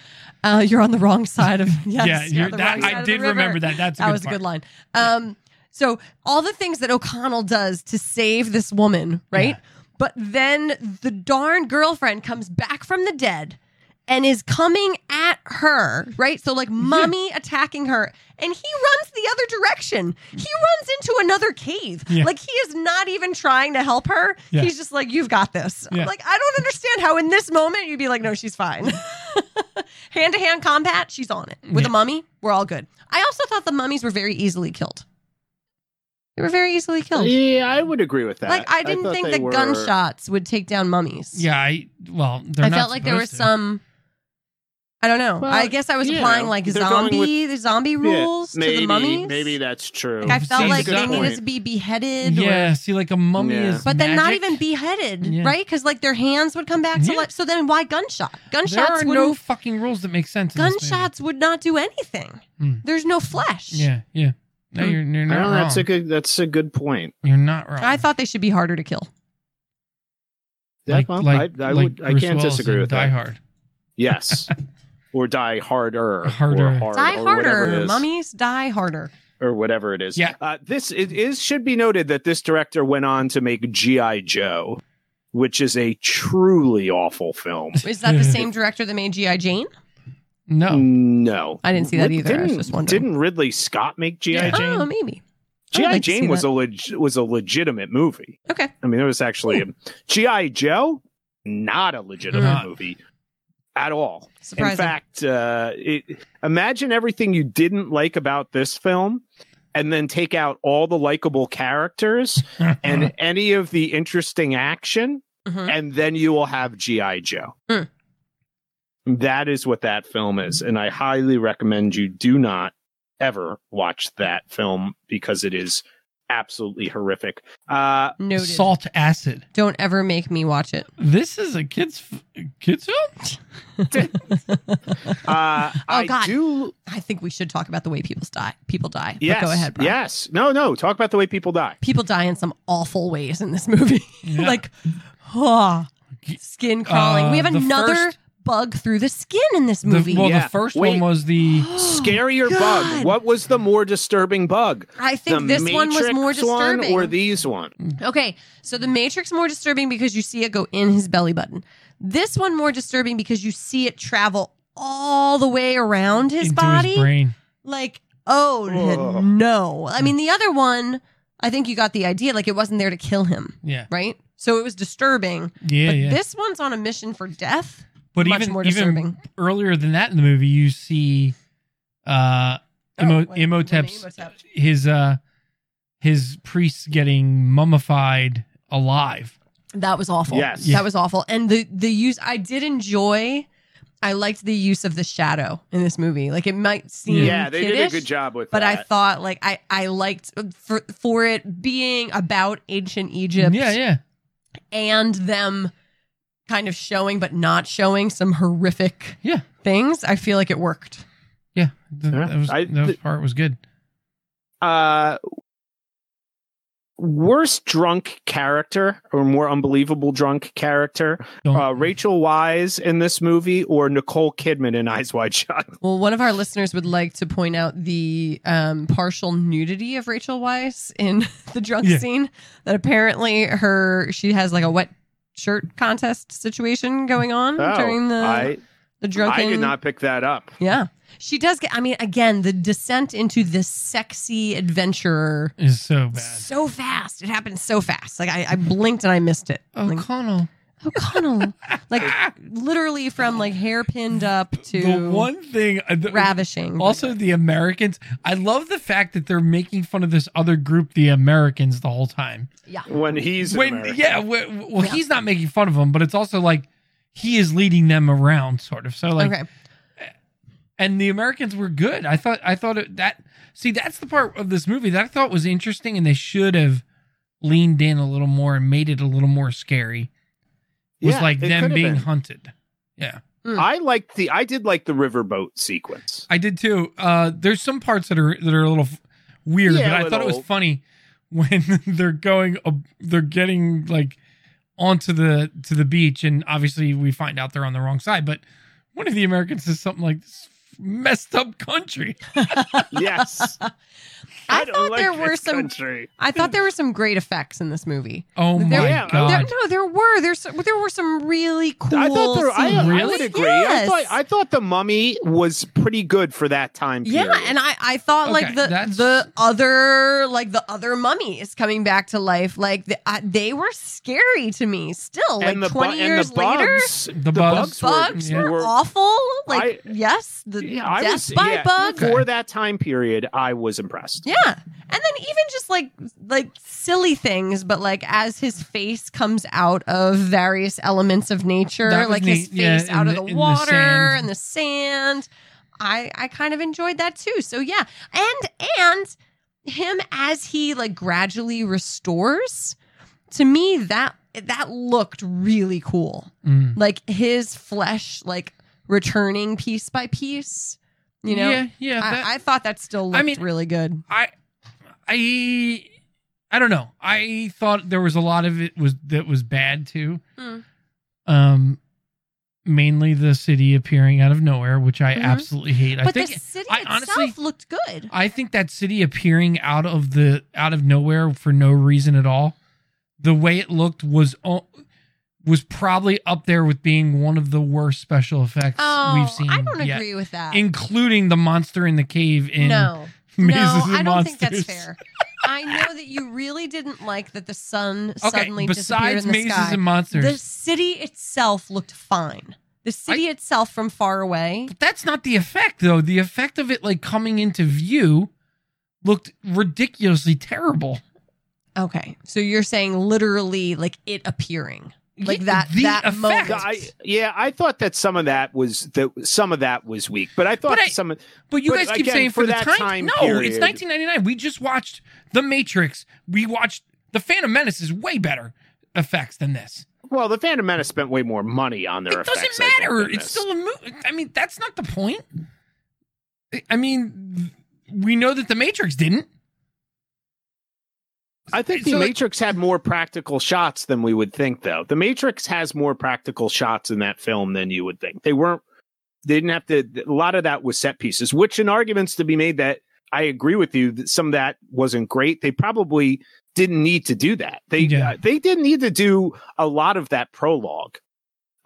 Uh, you're on the wrong side of [laughs] yes. yeah, you're you're, on the that, wrong side I of the did river. remember that. That's a that good was a part. good line. Um, so all the things that O'Connell does to save this woman, right? Yeah. But then the darn girlfriend comes back from the dead and is coming at her, right? So like mummy attacking her, and he runs the other direction. He runs into another cave. Yeah. Like he is not even trying to help her. Yeah. He's just like, "You've got this." I'm Yeah. Like I don't understand how in this moment you'd be like, "No, she's fine." [laughs] hand to hand combat, she's on it. With Yeah. a mummy, we're all good. I also thought the mummies were very easily killed. They were very easily killed. Yeah, I would agree with that. like I didn't thought think they that were- gunshots would take down mummies. Yeah, I well, they're I not felt like there was supposed to. some. I don't know. Well, I guess I was yeah, applying like they're going zombie the zombie Yeah, rules to maybe, the mummies. Maybe that's true. like I That's felt a like good they point. needed to be beheaded. or- Yeah, see, like a mummy Yeah. is, but then not magic. even beheaded, Yeah. right? Because like their hands would come back to Yeah. life. So then why gunshot? There Gunshots are would no fucking rules that make sense. in this movie. gunshots would not do anything. Hmm. There's no flesh. Yeah, yeah. No, Hmm. you're, you're not No, wrong. that's a good. That's a good point. You're not wrong. I thought they should be harder to kill. Yeah, like, well, like, I, I like would. I Bruce can't Willis disagree in with Die that. Hard. [laughs] Yes, or die harder, Harder. or hard, Die or whatever it harder, is. mummies. Die harder. or whatever it is. Yeah. Uh, this it is should be noted that this director went on to make GI Joe, which is a truly awful film. Is that the Hmm. same director that made GI Jane? [laughs] No, No, I didn't see that Rid- either. I was Didn't, just wondering. didn't Ridley Scott make GI Yeah. Jane? Oh, maybe. I would GI like to see Jane was a that. leg- was a legitimate movie. Okay. I mean, it was actually a, GI Joe, not a legitimate Not. movie at all. Surprising. In fact, uh, it, imagine everything you didn't like about this film, and then take out all the likable characters Uh-huh. and any of the interesting action, Mhm. and then you will have G.I. Joe. Hmm. That is what that film is. And I highly recommend you do not ever watch that film because it is absolutely horrific. [laughs] Uh, Noted. salt acid. Don't ever make me watch it. This is a kids f- kids film. uh, I Oh God. do. I think we should talk about the way people die. People die. But Yes. go ahead, Brian. yes. No, no. Talk about the way people [gasps] die. People die in some awful ways in this movie. [laughs] Yeah. like, oh, skin crawling. Uh, we have the another first- bug through the skin in this The- movie. well, Yeah. the first Wait. one was the Scarier Oh God. bug. What was the more disturbing bug? I think this one was more Matrix one disturbing. Hmm. or these one? Okay, so the Matrix more disturbing because you see it go in his belly button. This one more disturbing because you see it travel all the way around his into body. his brain. like, oh Ugh. no. I mean, the other one, I think you got the idea. Like, it wasn't there to kill him, Yeah, right? So it was disturbing. yeah, but yeah. this one's on a mission for death. but much even more even disturbing. earlier than that in the movie, you see uh, Imo- Oh, when- Imhotep's when Imhotep- his uh his priests getting mummified alive. That was awful. Yes. Yeah. That was awful. And the the use I did enjoy I liked the use of the shadow in this movie. Like it might seem Yeah, they did a kiddish, good job with But I that. thought like I I liked for for it being about ancient Egypt Yeah, yeah. and them kind of showing but not showing some horrific Yeah. things. I feel like it worked. Yeah, th- Yeah, that was I- that was th- part was good. uh, worst drunk character or more unbelievable drunk character, Oh. Don't- uh, Rachel Wise in this movie or Nicole Kidman in Eyes Wide Shut? Well, one of our listeners would like to point out the um, partial nudity of Rachel Weiss in [laughs] the drunk Yeah. scene. That apparently her she has like a wet shirt contest situation going on Oh, Mm, during the I, the drunken. I did not pick that up. Yeah, she does get. I mean, again, the descent into the sexy adventurer Is so bad. so fast. It happened so fast. Like I, I blinked and I missed it. Oh, Like, O'Connell. O'Connell, [laughs] like literally from like hairpinned up to The one thing. uh, the- ravishing. also, the Americans. I love the fact that they're making fun of this other group, the Americans, the whole time. yeah. When he's an when American. yeah, well, well, he's not making fun of them, but it's also like he is leading them around, sort of. So like, okay. and the Americans were good. I thought. I thought it, that. See, that's the part of this movie that I thought was interesting, and they should have leaned in a little more and made it a little more scary. Was Yeah, like it them could've being been. hunted. Yeah. I liked the. I did like the riverboat sequence. I did too. Uh, there's some parts that are that are a little f- weird, Yeah, but I a thought it was little. funny when [laughs] they're going, up they're getting like onto the to the beach, and obviously we find out they're on the wrong side. But One of the Americans says something like this messed up country. yes. [laughs] I don't thought like there this were some- Country. I thought there were some great effects in this movie. Oh There- my Yeah, I- god. There, no, there were. There's there were some really cool. I thought there, I, scenes. I would agree. I Yes. thought I thought the mummy was pretty good for that time yeah, period. and I, I thought Okay, like the that's- the other like the other mummy is coming back to life. Like the, I, they were scary to me still. Like And the bu- twenty and years the later, bugs, the, bugs bugs, the bugs were, were, awful. Like I- yes, the Yeah, I death was- by yeah. bug. for that time period. I was impressed. Yeah. And then even just like like silly things, but like as his face comes out of various elements of nature, That was like his neat. Yeah, face in out the- of in the the water sand. and the sand. I I kind of enjoyed that too. So yeah. And and him as he like gradually restores, to me that that looked really cool. Mm. Like his flesh like returning piece by piece. You know? Yeah, yeah. that- I, I thought that still looked I mean, really good. I I I don't know. I thought there was a lot of it was that was bad too. Hmm. Um mainly the city appearing out of nowhere, which I Mhm. absolutely hate. I but think the city I itself honestly- looked good. I think that city appearing out of the out of nowhere for no reason at all. The way it looked was o- was probably up there with being one of the worst special effects Oh, we've seen. I don't yet, agree with that. including the monster in the cave in no, [laughs] no, Mazes and I don't think that's Monsters. fair. I know that you really didn't like that [laughs] the sun suddenly disappeared besides in the mazes sky. and monsters, the city itself looked fine. The city itself from far away. But that's not the effect though. The effect of it like coming into view looked ridiculously terrible. Okay, so you're saying literally like it appearing, like Yeah, that the that effect. moment. Yes. I, yeah, I thought that some of that was that some of that was weak, but I thought But I- some of But you But guys keep again, saying for, for the that time, time No, it's period- 1999. We just watched The Matrix. We watched The Phantom Menace is way better effects than this. well, the Phantom Menace spent way more money on their. it doesn't effects, I think, matter. than It's this. still a movie. I mean, that's not the point. I- I mean, we know that The Matrix didn't. I think so the it- Matrix had more practical shots than we would think, though. The Matrix has more practical shots in that film than you would think. They weren't. They didn't have to. A lot of that was set pieces, which in arguments to be made that I agree with you that some of that wasn't great. They probably didn't need to do that. They Yeah. uh, they didn't need to do a lot of that prologue.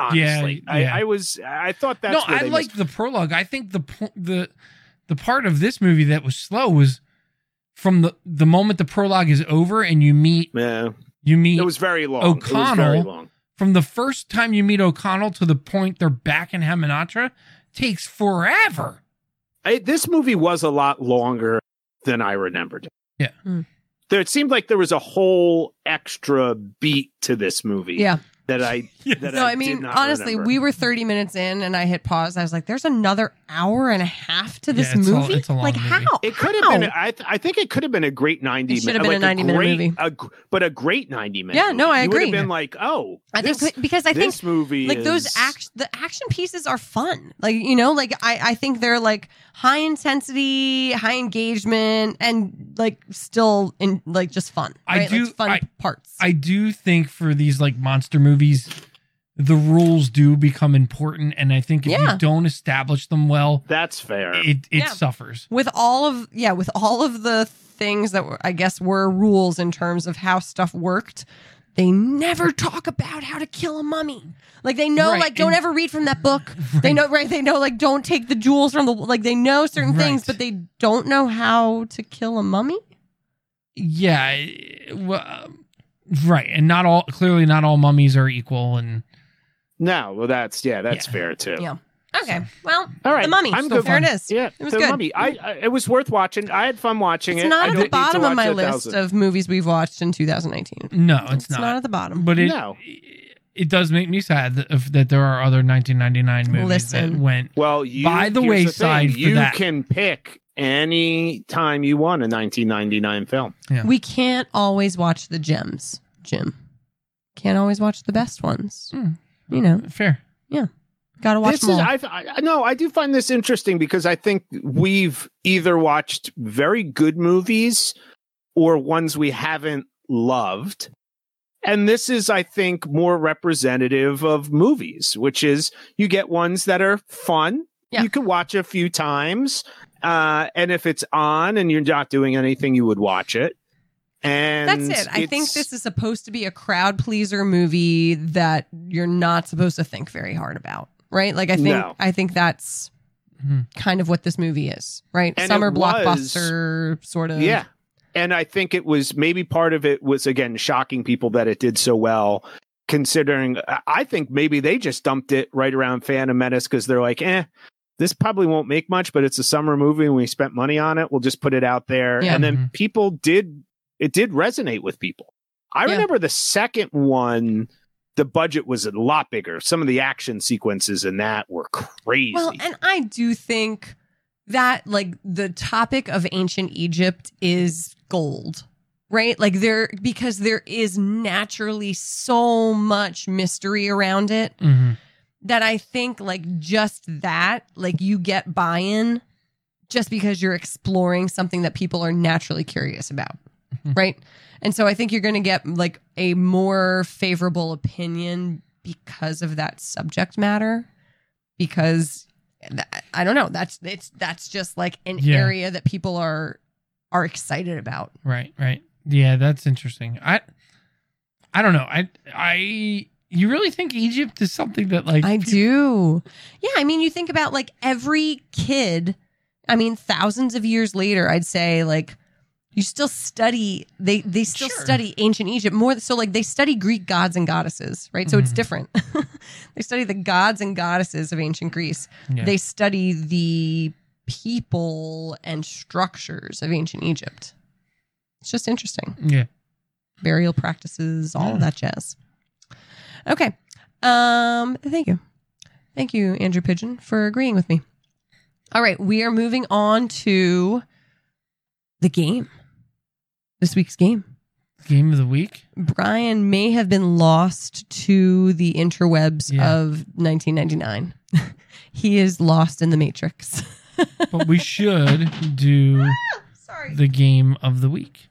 Yeah, Honestly, yeah. I, I was. I thought that's. no, where I they liked the prologue. I think the po- the the part of this movie that was slow was from the the moment the prologue is over and you meet missed- Yeah. you meet It was very long. It was very O'Connell- long. from the first time you meet O'Connell to the point they're back in Hamanatra takes forever. I, this movie was a lot longer than I remembered. Yeah. Hmm. There, it seemed like there was a whole extra beat to this movie yeah. that [laughs] I that No, I, I did mean not honestly, remember. we were 30 minutes in, and I hit pause. I was like, "There's another hour and a half to this Yeah, it's a- movie. it's a long like movie. how? it could have How? been. I, th- I think it could have been a great ninety. It should have minute- been a like 90 minute great- movie. a gr- but a great ninety minute. Yeah, no, movie. I You would have agree. been like, oh, I think this, because I think this movie like those is- act the action pieces are fun like you know like i i think they're like high intensity high engagement and like still in like just fun I right? do- like fun I- parts I do think for these like monster movies, the rules do become important, and I think if Yeah. you don't establish them well, That's fair. it it Yeah. suffers. with all of yeah with all of the things that were i guess were rules in terms of how stuff worked they never talk about how to kill a mummy like they know Right, like don't and- ever read from [laughs] that book they know right they know like don't take the jewels from the like they know certain things Right. but they don't know how to kill a mummy Yeah, it- well, um, right, and not all clearly not all mummies are equal, and no, well, that's yeah, that's Yeah. fair too. Yeah. Okay. Well, All right, the mummy. I'm there good. it is. Yeah, It was the good. mummy. I, I it was worth watching. I had fun watching It's it. I not don't at the need to bottom of watch my it a list thousand. of movies we've watched in 2019. no, it's, not. at the bottom. But it No. it does make me sad that, if, that there are other 1999 movies that Listen. went. Well, you, By the here's wayside thing. for you that. can pick any time you want a 1999 film. we can't always watch the gems, Jim. Can't always watch the best ones. Hmm. You know, Fair. gotta watch this them is all. I, I no, I do find this interesting because I think we've either watched very good movies or ones we haven't loved. And this is, I think, more representative of movies, which is you get ones that are fun. Yeah. You can watch a few times. Uh, and if it's on and you're not doing anything, you would watch it. And That's it. I think it's- this is supposed to be a crowd pleaser movie that you're not supposed to think very hard about, right? Like I think No. I think that's Mhm. kind of what this movie is, right? And Summer it was- blockbuster sort of. Yeah. And I think it was maybe part of it was again shocking people that it did so well, considering I- I think maybe they just dumped it right around Phantom Menace because they're like, eh, this probably won't make much, but it's a summer movie and we spent money on it. We'll just put it out there. Yeah. And then Mhm. people did, it did resonate with people. I Yeah. remember the second one, the budget was a lot bigger. Some of the action sequences in that were crazy. Well, and I do think that like the topic of ancient Egypt is gold, right? Like there because there is naturally so much mystery around it Mhm. that I think like just that, like you get buy-in just because you're exploring something that people are naturally curious about. Mhm. Right? And so I think you're going to get like a more favorable opinion because of that subject matter because that, I don't know, that's it's that's just like an Yeah. area that people are are excited about. Right, right. Yeah, that's interesting. I I don't know. I I you really think Egypt is something that like I do. Yeah, I mean, you think about like every kid. I mean, thousands of years later, I'd say like you still study they they still Sure. study ancient Egypt more. So like they study Greek gods and goddesses, right? So it's Mhm. different. [laughs] they study the gods and goddesses of ancient Greece. Yeah. They study the people and structures of ancient Egypt. It's just interesting Yeah. burial practices, all Yeah. of that jazz. Okay. Um, thank you. Thank you, Andrew Pigeon, for agreeing with me. All right, we are moving on to the game. This week's game. Game of the week. Brian may have been lost to the interwebs Yeah. of 1999. [laughs] he is lost in the matrix. But we should do Sorry. the game of the week.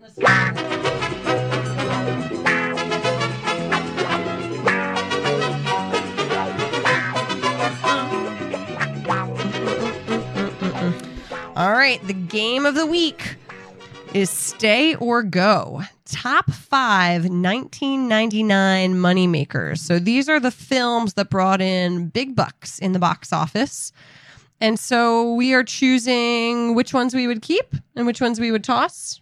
All right, the game of the week is Stay or Go. Top five 1999 moneymakers. So these are the films that brought in big bucks in the box office. And so we are choosing which ones we would keep and which ones we would toss.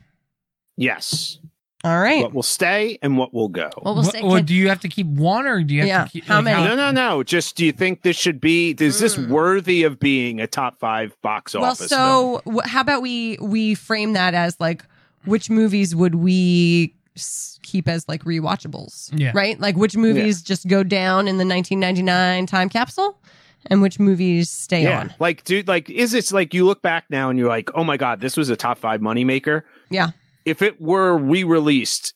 yes. All right. What will stay and what will go? Well, we'll What- say or can- do you have to keep one or do you have Yeah, to keep how many? No, no, no. Just do you think this should be? Is this Mm. worthy of being a top five box well, office? so wh- how about we we frame that as like which movies would we s- keep as like rewatchables? Yeah. Right? Like which movies just go down in the 1999 time capsule and which movies stay yeah, on? like, dude, like, is this like you look back now and you're like, oh my god, this was a top five moneymaker? Yeah. If it were re-released,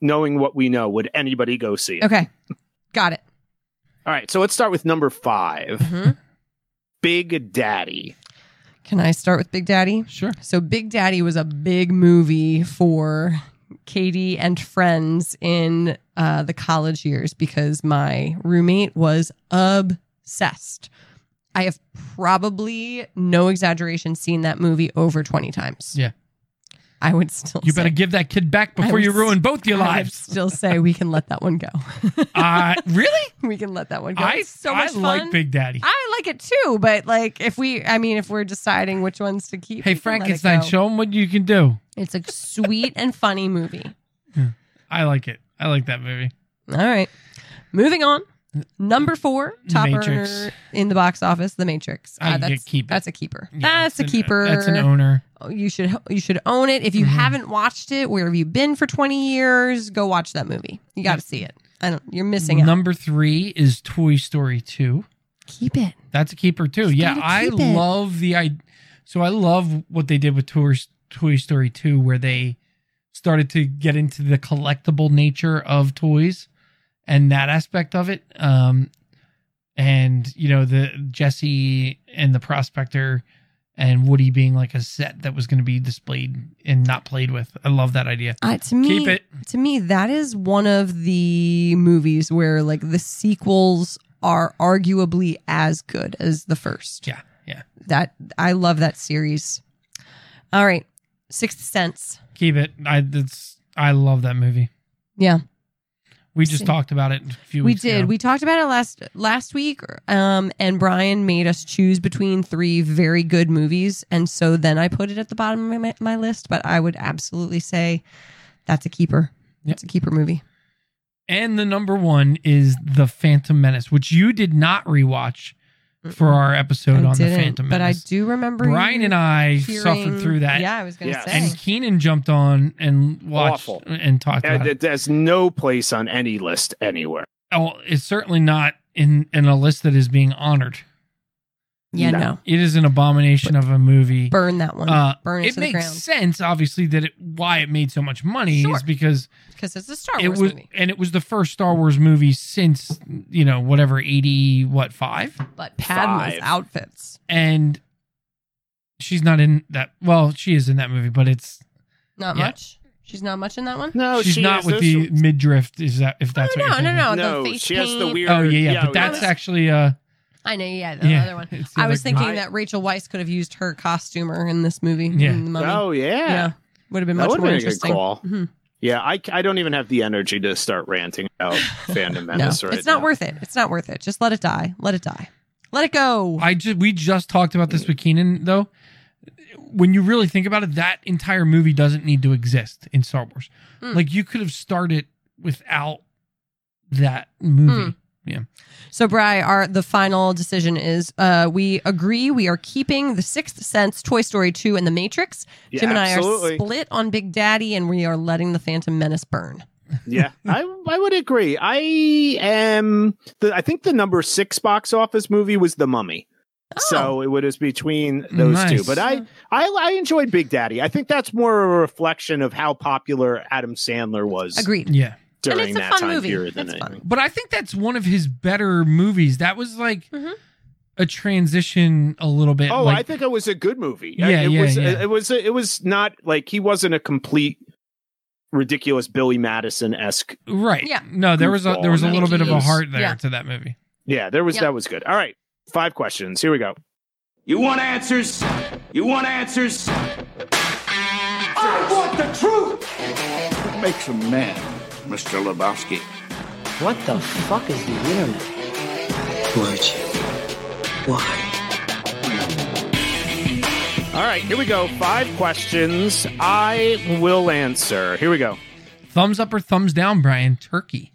knowing what we know, would anybody go see it? Okay. [laughs] Got it. All right, so let's start with number five, Mhm. Big Daddy. Can I start with Big Daddy? Sure. So Big Daddy was a big movie for Katie and friends in uh, the college years because my roommate was obsessed. I have probably, no exaggeration, seen that movie over 20 times. Yeah. I would still You better say, give that kid back before would you ruin both your [laughs] I would lives. still say we can let that one go. [laughs] Uh, really? we can let that one go. I It's so I much fun. like Big Daddy. I like it too, but like if we, I mean, if we're deciding which ones to keep, hey we can let it Frankenstein, go. show him what you can do. It's a sweet and funny movie. I like it. I like that movie. All right. Moving on. Number four, top Matrix. earner in the box office, The Matrix. I Ah, get that's, keep it. that's a keeper. Yeah, that's a an- Ah, keeper. That's an owner. you should you should own it. If you Mhm. haven't watched it, where have you been for twenty years? Go watch that movie. You got to see it. I don't. You're missing out. Number three is Toy Story Two. Keep it. That's a keeper too. You yeah, gotta I keep it. love the I. So I love what they did with Toy, Toy Story Two, where they started to get into the collectible nature of toys and that aspect of it. Um, and you know the Jesse and the Prospector and Woody being like a set that was going to be displayed and not played with. I love that idea. Uh, to me, Keep it. to me, that is one of the movies where like the sequels are arguably as good as the first. Yeah, yeah. That I love that series. All right, Sixth Sense. Keep it. I that's I love that movie. Yeah, We just See. talked about it a few we weeks did. ago. We talked about it last last week, um, and Brian made us choose between three very good movies, and so then I put it at the bottom of my, my list. But I would absolutely say that's a keeper. Yep. It's a keeper movie. and the number one is The Phantom Menace, which you did not rewatch for our episode I on The didn't, Phantom but I Menace. do remember Brian you and I hearing- suffered through that. Yeah, I was gonna Yes. say. And Keenan jumped on and watched Awful. and talked And about it. it has no place on any list anywhere. Oh, it's certainly not in, in a list that is being honored. yeah, No. no. It is an abomination of a movie. burn that one. Uh, burn it, it to the makes ground sense, obviously, that it, why it made so much money Sure. is because because it's a Star it Wars was, movie. and it was the first Star Wars movie since you know whatever eighty what five, But Padma's Five. outfits and she's not in that. Well, she is in that movie, but it's not Yeah. much. She's not much in that one. No, she's she not has with this the one. midriff. Is that if that's oh, what no, you're no, thinking? no, No, the face she has the paint. weird. Oh yeah, yeah, but yeah. that's actually uh I know, yeah, the yeah. other one. It seems I was like- thinking I- that Rachel Weisz could have used her costumer in this movie. Yeah. in The Mummy. Oh yeah. yeah, would have been That would much have more been a good interesting. call. Mhm. Yeah, I, I don't even have the energy to start ranting [laughs] about Phantom No, Menace right it's not now. worth it. It's not worth it. Just let it die. Let it die. Let it go. I just we just talked about this with Keenan though. When you really think about it, that entire movie doesn't need to exist in Star Wars. Mm. Like you could have started without that movie. Hmm. So, Bry, our the final decision is: uh, we agree we are keeping The Sixth Sense, Toy Story Two, and The Matrix. Yeah, Jim and I absolutely. are split on Big Daddy, and we are letting The Phantom Menace burn. yeah, I I would agree. I am. The, I think the number six box office movie was The Mummy. Oh. So it would is between those two, Nice. but I, I I enjoyed Big Daddy. I think that's more a reflection of how popular Adam Sandler was agreed. [laughs] Yeah. during And it's a that fun time movie. period. Than It's fun. anything. But I think that's one of his better movies. That was like Mhm. a transition a little bit. Oh, I like, think it was a good movie. Yeah, it yeah, was. uh, yeah. It was. It was not like he wasn't a complete ridiculous Billy Madison esque. right. Yeah. No, there was a there was a Goofball little bit of a movies. heart there Yeah. to that movie. Yeah, there was. Yeah. That was good. All right, five questions. Here we go. You want answers? You want answers? I want the truth! What makes a man, Mr. Lebowski? What the fuck is the internet? Words. Why? All right, here we go. Five questions. I will answer. Here we go. Thumbs up or thumbs down, Brian? Turkey.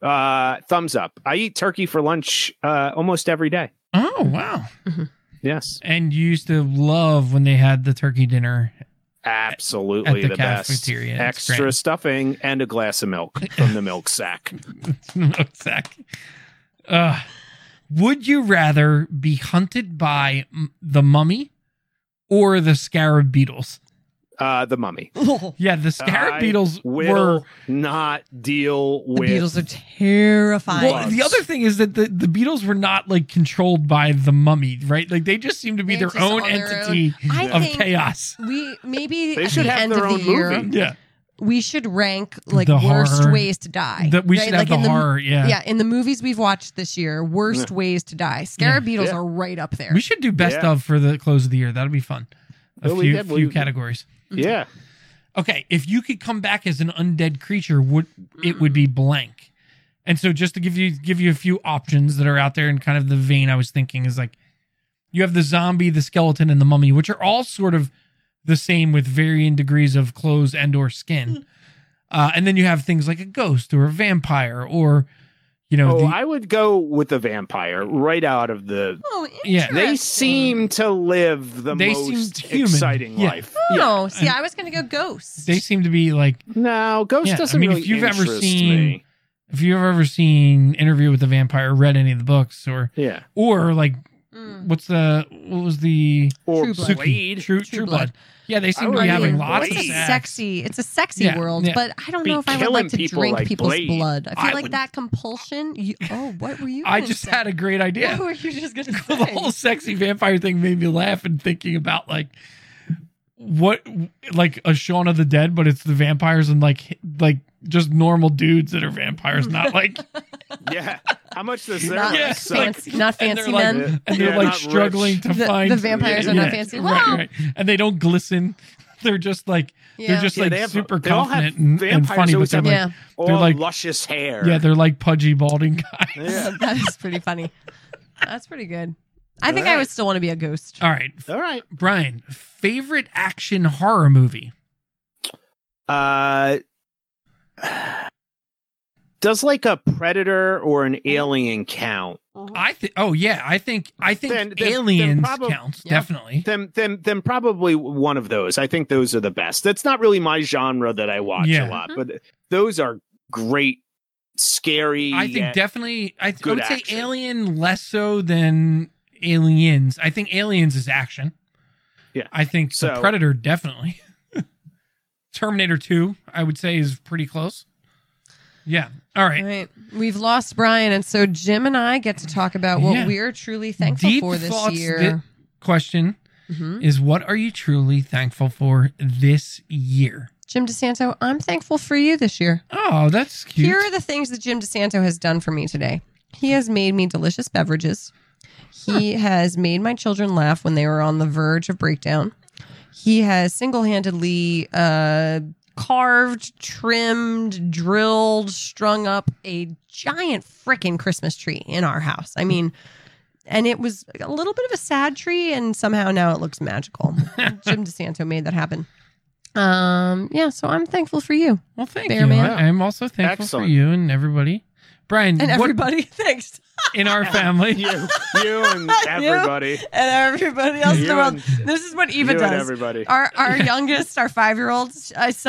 Uh, thumbs up. I eat turkey for lunch uh, almost every day. Oh wow. Yes, And you used to love when they had the turkey dinner. [laughs] absolutely At the best. cafeteria, it's Extra great. stuffing and a glass of milk from the milk [laughs] sack. Zach. Uh, would you rather be hunted by m- the mummy or the scarab beetles? Uh, the mummy. Yeah, the scarab I beetles were. will not deal The with. Beatles are terrifying. Well, the other thing is that the, the beetles were not like controlled by the mummy, right? Like they just seem to be They're their just own on their own. entity I of think- chaos. we maybe They at should the have end their of own the year movie. Yeah, we should rank like The worst horror. ways to die. that we right? should like have the in horror. yeah. Yeah. in the movies we've watched this year, worst ways to die. Scarab beetles Yeah. are right up there. we should do best Yeah. of for the close of the year. That'll be fun. A Well, we few, did- few we- categories. yeah, Okay, if you could come back as an undead creature, would it would be blank? And so, just to give you give you a few options that are out there, and kind of the vein I was thinking is like, you have the zombie, the skeleton, and the mummy, which are all sort of the same with varying degrees of clothes and or Hmm. skin. Uh, and then you have things like a ghost or a vampire, or you know, Oh, the, I would go with the vampire right out of the. oh, Yeah. They interesting. seem to live the They most seemed human. exciting Yeah. life. Oh, see, I was gonna go ghost. they seem to be like No, Ghost Yeah, I doesn't mean, if really you've ever interest seen- me. if you've ever seen Interview with the Vampire, read any of the books, or Yeah. or like Mm. what's the what was the Or True Blood. Blade. True True, True Blood? Blood. Yeah, they seem I to be would having mean, lots of Blade. It's a sex. sexy. It's a sexy Yeah, world, yeah. but I don't Be know if I would killing like to people drink like people's Blade. blood. I feel I like would- that compulsion. You, oh, what were you? I gonna just say? had a great idea. What were you just gonna [laughs] the whole say? sexy vampire thing made me laugh and thinking about like what like a Shaun of the Dead, but it's the vampires and like like just normal dudes that are vampires, [laughs] not like [laughs] Yeah. How much does that Not Yeah, it's like- fancy, not [laughs] and they're fancy like- men. Yeah. and they're Yeah, like not rich. struggling to The- find the vampires are not fancy. Right, Wow. right, and they don't glisten. [laughs] They're just like they're Yeah. just Yeah, like they have- super they all have- confident and, and vampires funny, but always they're have, like [laughs] yeah. All They're like- luscious hair. yeah, they're like pudgy balding guys. [laughs] [laughs] Yeah. that is pretty funny. That's pretty good. I think I Alright. would still want to be a ghost. All right, All right. Brian, favorite action horror movie? Uh, [sighs] does like a predator or an alien count? I think. Oh yeah, I think. I think Uh-huh. Then- then- then aliens probab- counts Yeah. definitely. Then, then, then probably one of those. I think those are the best. That's not really my genre that I watch a Yeah. lot, but those are great, scary. I think yet- definitely. I, th- I good would say action. Alien less so than Aliens. I think Aliens is action. Yeah. I think the So- Predator definitely. [laughs] Terminator Two, I would say, is pretty close. Yeah. All All right. right. We've lost Brian, and so Jim and I get to talk about what Yeah. we're truly thankful Deep for this thoughts year. Question Mhm. is, what are you truly thankful for this year? Jim DeSanto, I'm thankful for you this year. Oh, that's cute. Here are the things that Jim DeSanto has done for me today. He has made me delicious beverages. He has made my children laugh when they were on the verge of breakdown. He has single handedly uh, carved, trimmed, drilled, strung up a giant frickin' Christmas tree in our house. I mean, and it was a little bit of a sad tree, and somehow now it looks magical. [laughs] Jim DeSanto made that happen. Um, yeah, so I'm thankful for you well, thank Bear you. Man. I- I'm also thankful Excellent. for you and everybody. Brian, and what everybody. [laughs] Thanks. in [laughs] our family? [laughs] you, you and everybody. and [laughs] everybody else in the You world. and- This is what Eva you and does. everybody. Our [laughs] our youngest, our five year old,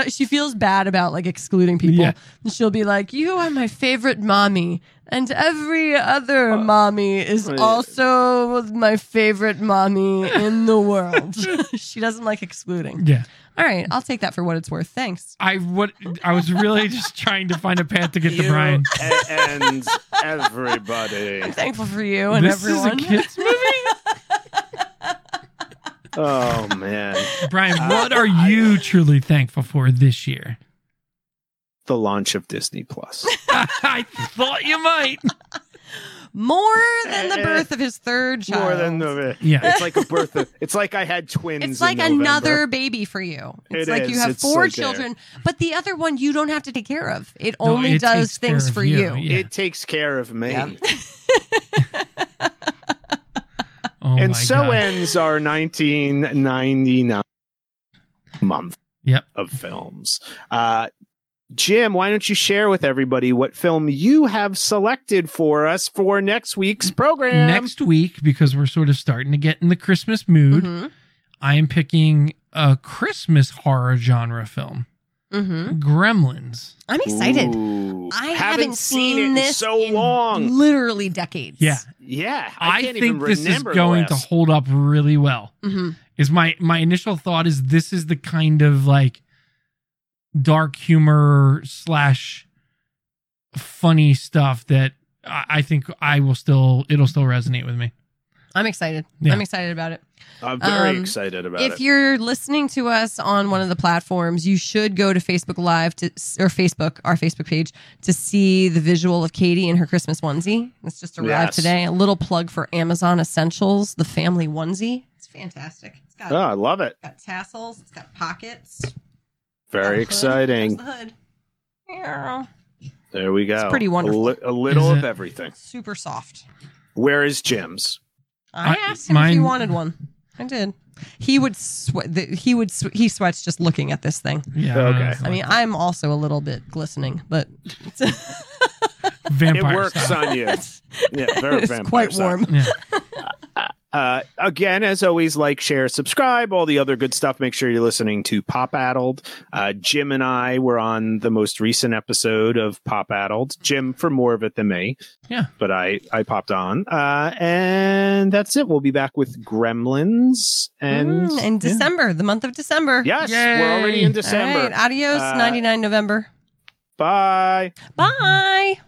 she feels bad about like excluding people. Yeah. And she'll be like, "You are my favorite mommy, and every other Uh, mommy is yeah. also my favorite mommy in [laughs] the world." [laughs] she doesn't like excluding. Yeah. All right, I'll take that for what it's worth. Thanks. I what I was really just trying to find a path to get You to Brian. a- and everybody. I'm thankful for you and This is a everyone. kids movie. Oh man, Brian, Uh, what are I- you truly thankful for this year? [laughs] the launch of Disney Plus. I thought you [laughs] might. More than the birth of his third child. More than the Yeah. It's like a birth. Of, it's like I had twins. It's in like November. another baby for you. It's It like you is. have It's four like there. children, but the other one you don't have to take care of. It No, only it does takes care things of for you. Yeah. It takes care of me. oh and my so God. ends our 1999 month Yep. of films. Uh, Jim, why don't you share with everybody what film you have selected for us for next week's program? Next week, because we're sort of starting to get in the Christmas mood, Mm-hmm. Mhm. I am picking a Christmas horror genre film, Mhm. Hmm? Gremlins. I'm excited. Ooh. I haven't, seen, it in this so in long. literally decades. Yeah, Yeah, I, I, can't even think this is remember the going to last- hold up really well. hmm is my my initial thought is this is the kind of like dark humor slash funny stuff that I, I think I will still it'll still resonate with me. I'm excited. Yeah. I'm excited about it. I'm very Um, excited about if it. you're listening to us on one of the platforms, you should go to Facebook Live to or Facebook, our Facebook page, to see the visual of Katie in her Christmas onesie. It's just arrived Yes. today. A little plug for Amazon Essentials, the family onesie. It's fantastic. It's got, Oh, I love it. got tassels. It's got pockets. Uh-huh. Very exciting. The hood. Yeah. There we go. It's pretty wonderful. A, li- a little Is of it? everything. Super soft. Where is Jim's? I, I- asked him if he mine- wanted one. I did. He would sweat. the- He would. Sw- he sweats just looking at this thing. Yeah. Okay. it's I mean, I'm also a little bit glistening, but vampire it works style. [laughs] on you. Yeah, very it's vampire quite style. warm. Yeah. Uh, again, as always, like, share, subscribe, all the other good stuff. Make sure you're listening to Pop Addled. Uh, Jim and I were on the most recent episode of Pop Addled. Jim for more of it than me. Yeah. But I, I popped on. Uh, and that's it. We'll be back with Gremlins. And, Mm, in yeah. December, the month of December. Yes, Yay. we're already in All December. right, adios, Uh, 99 November. Bye. Bye.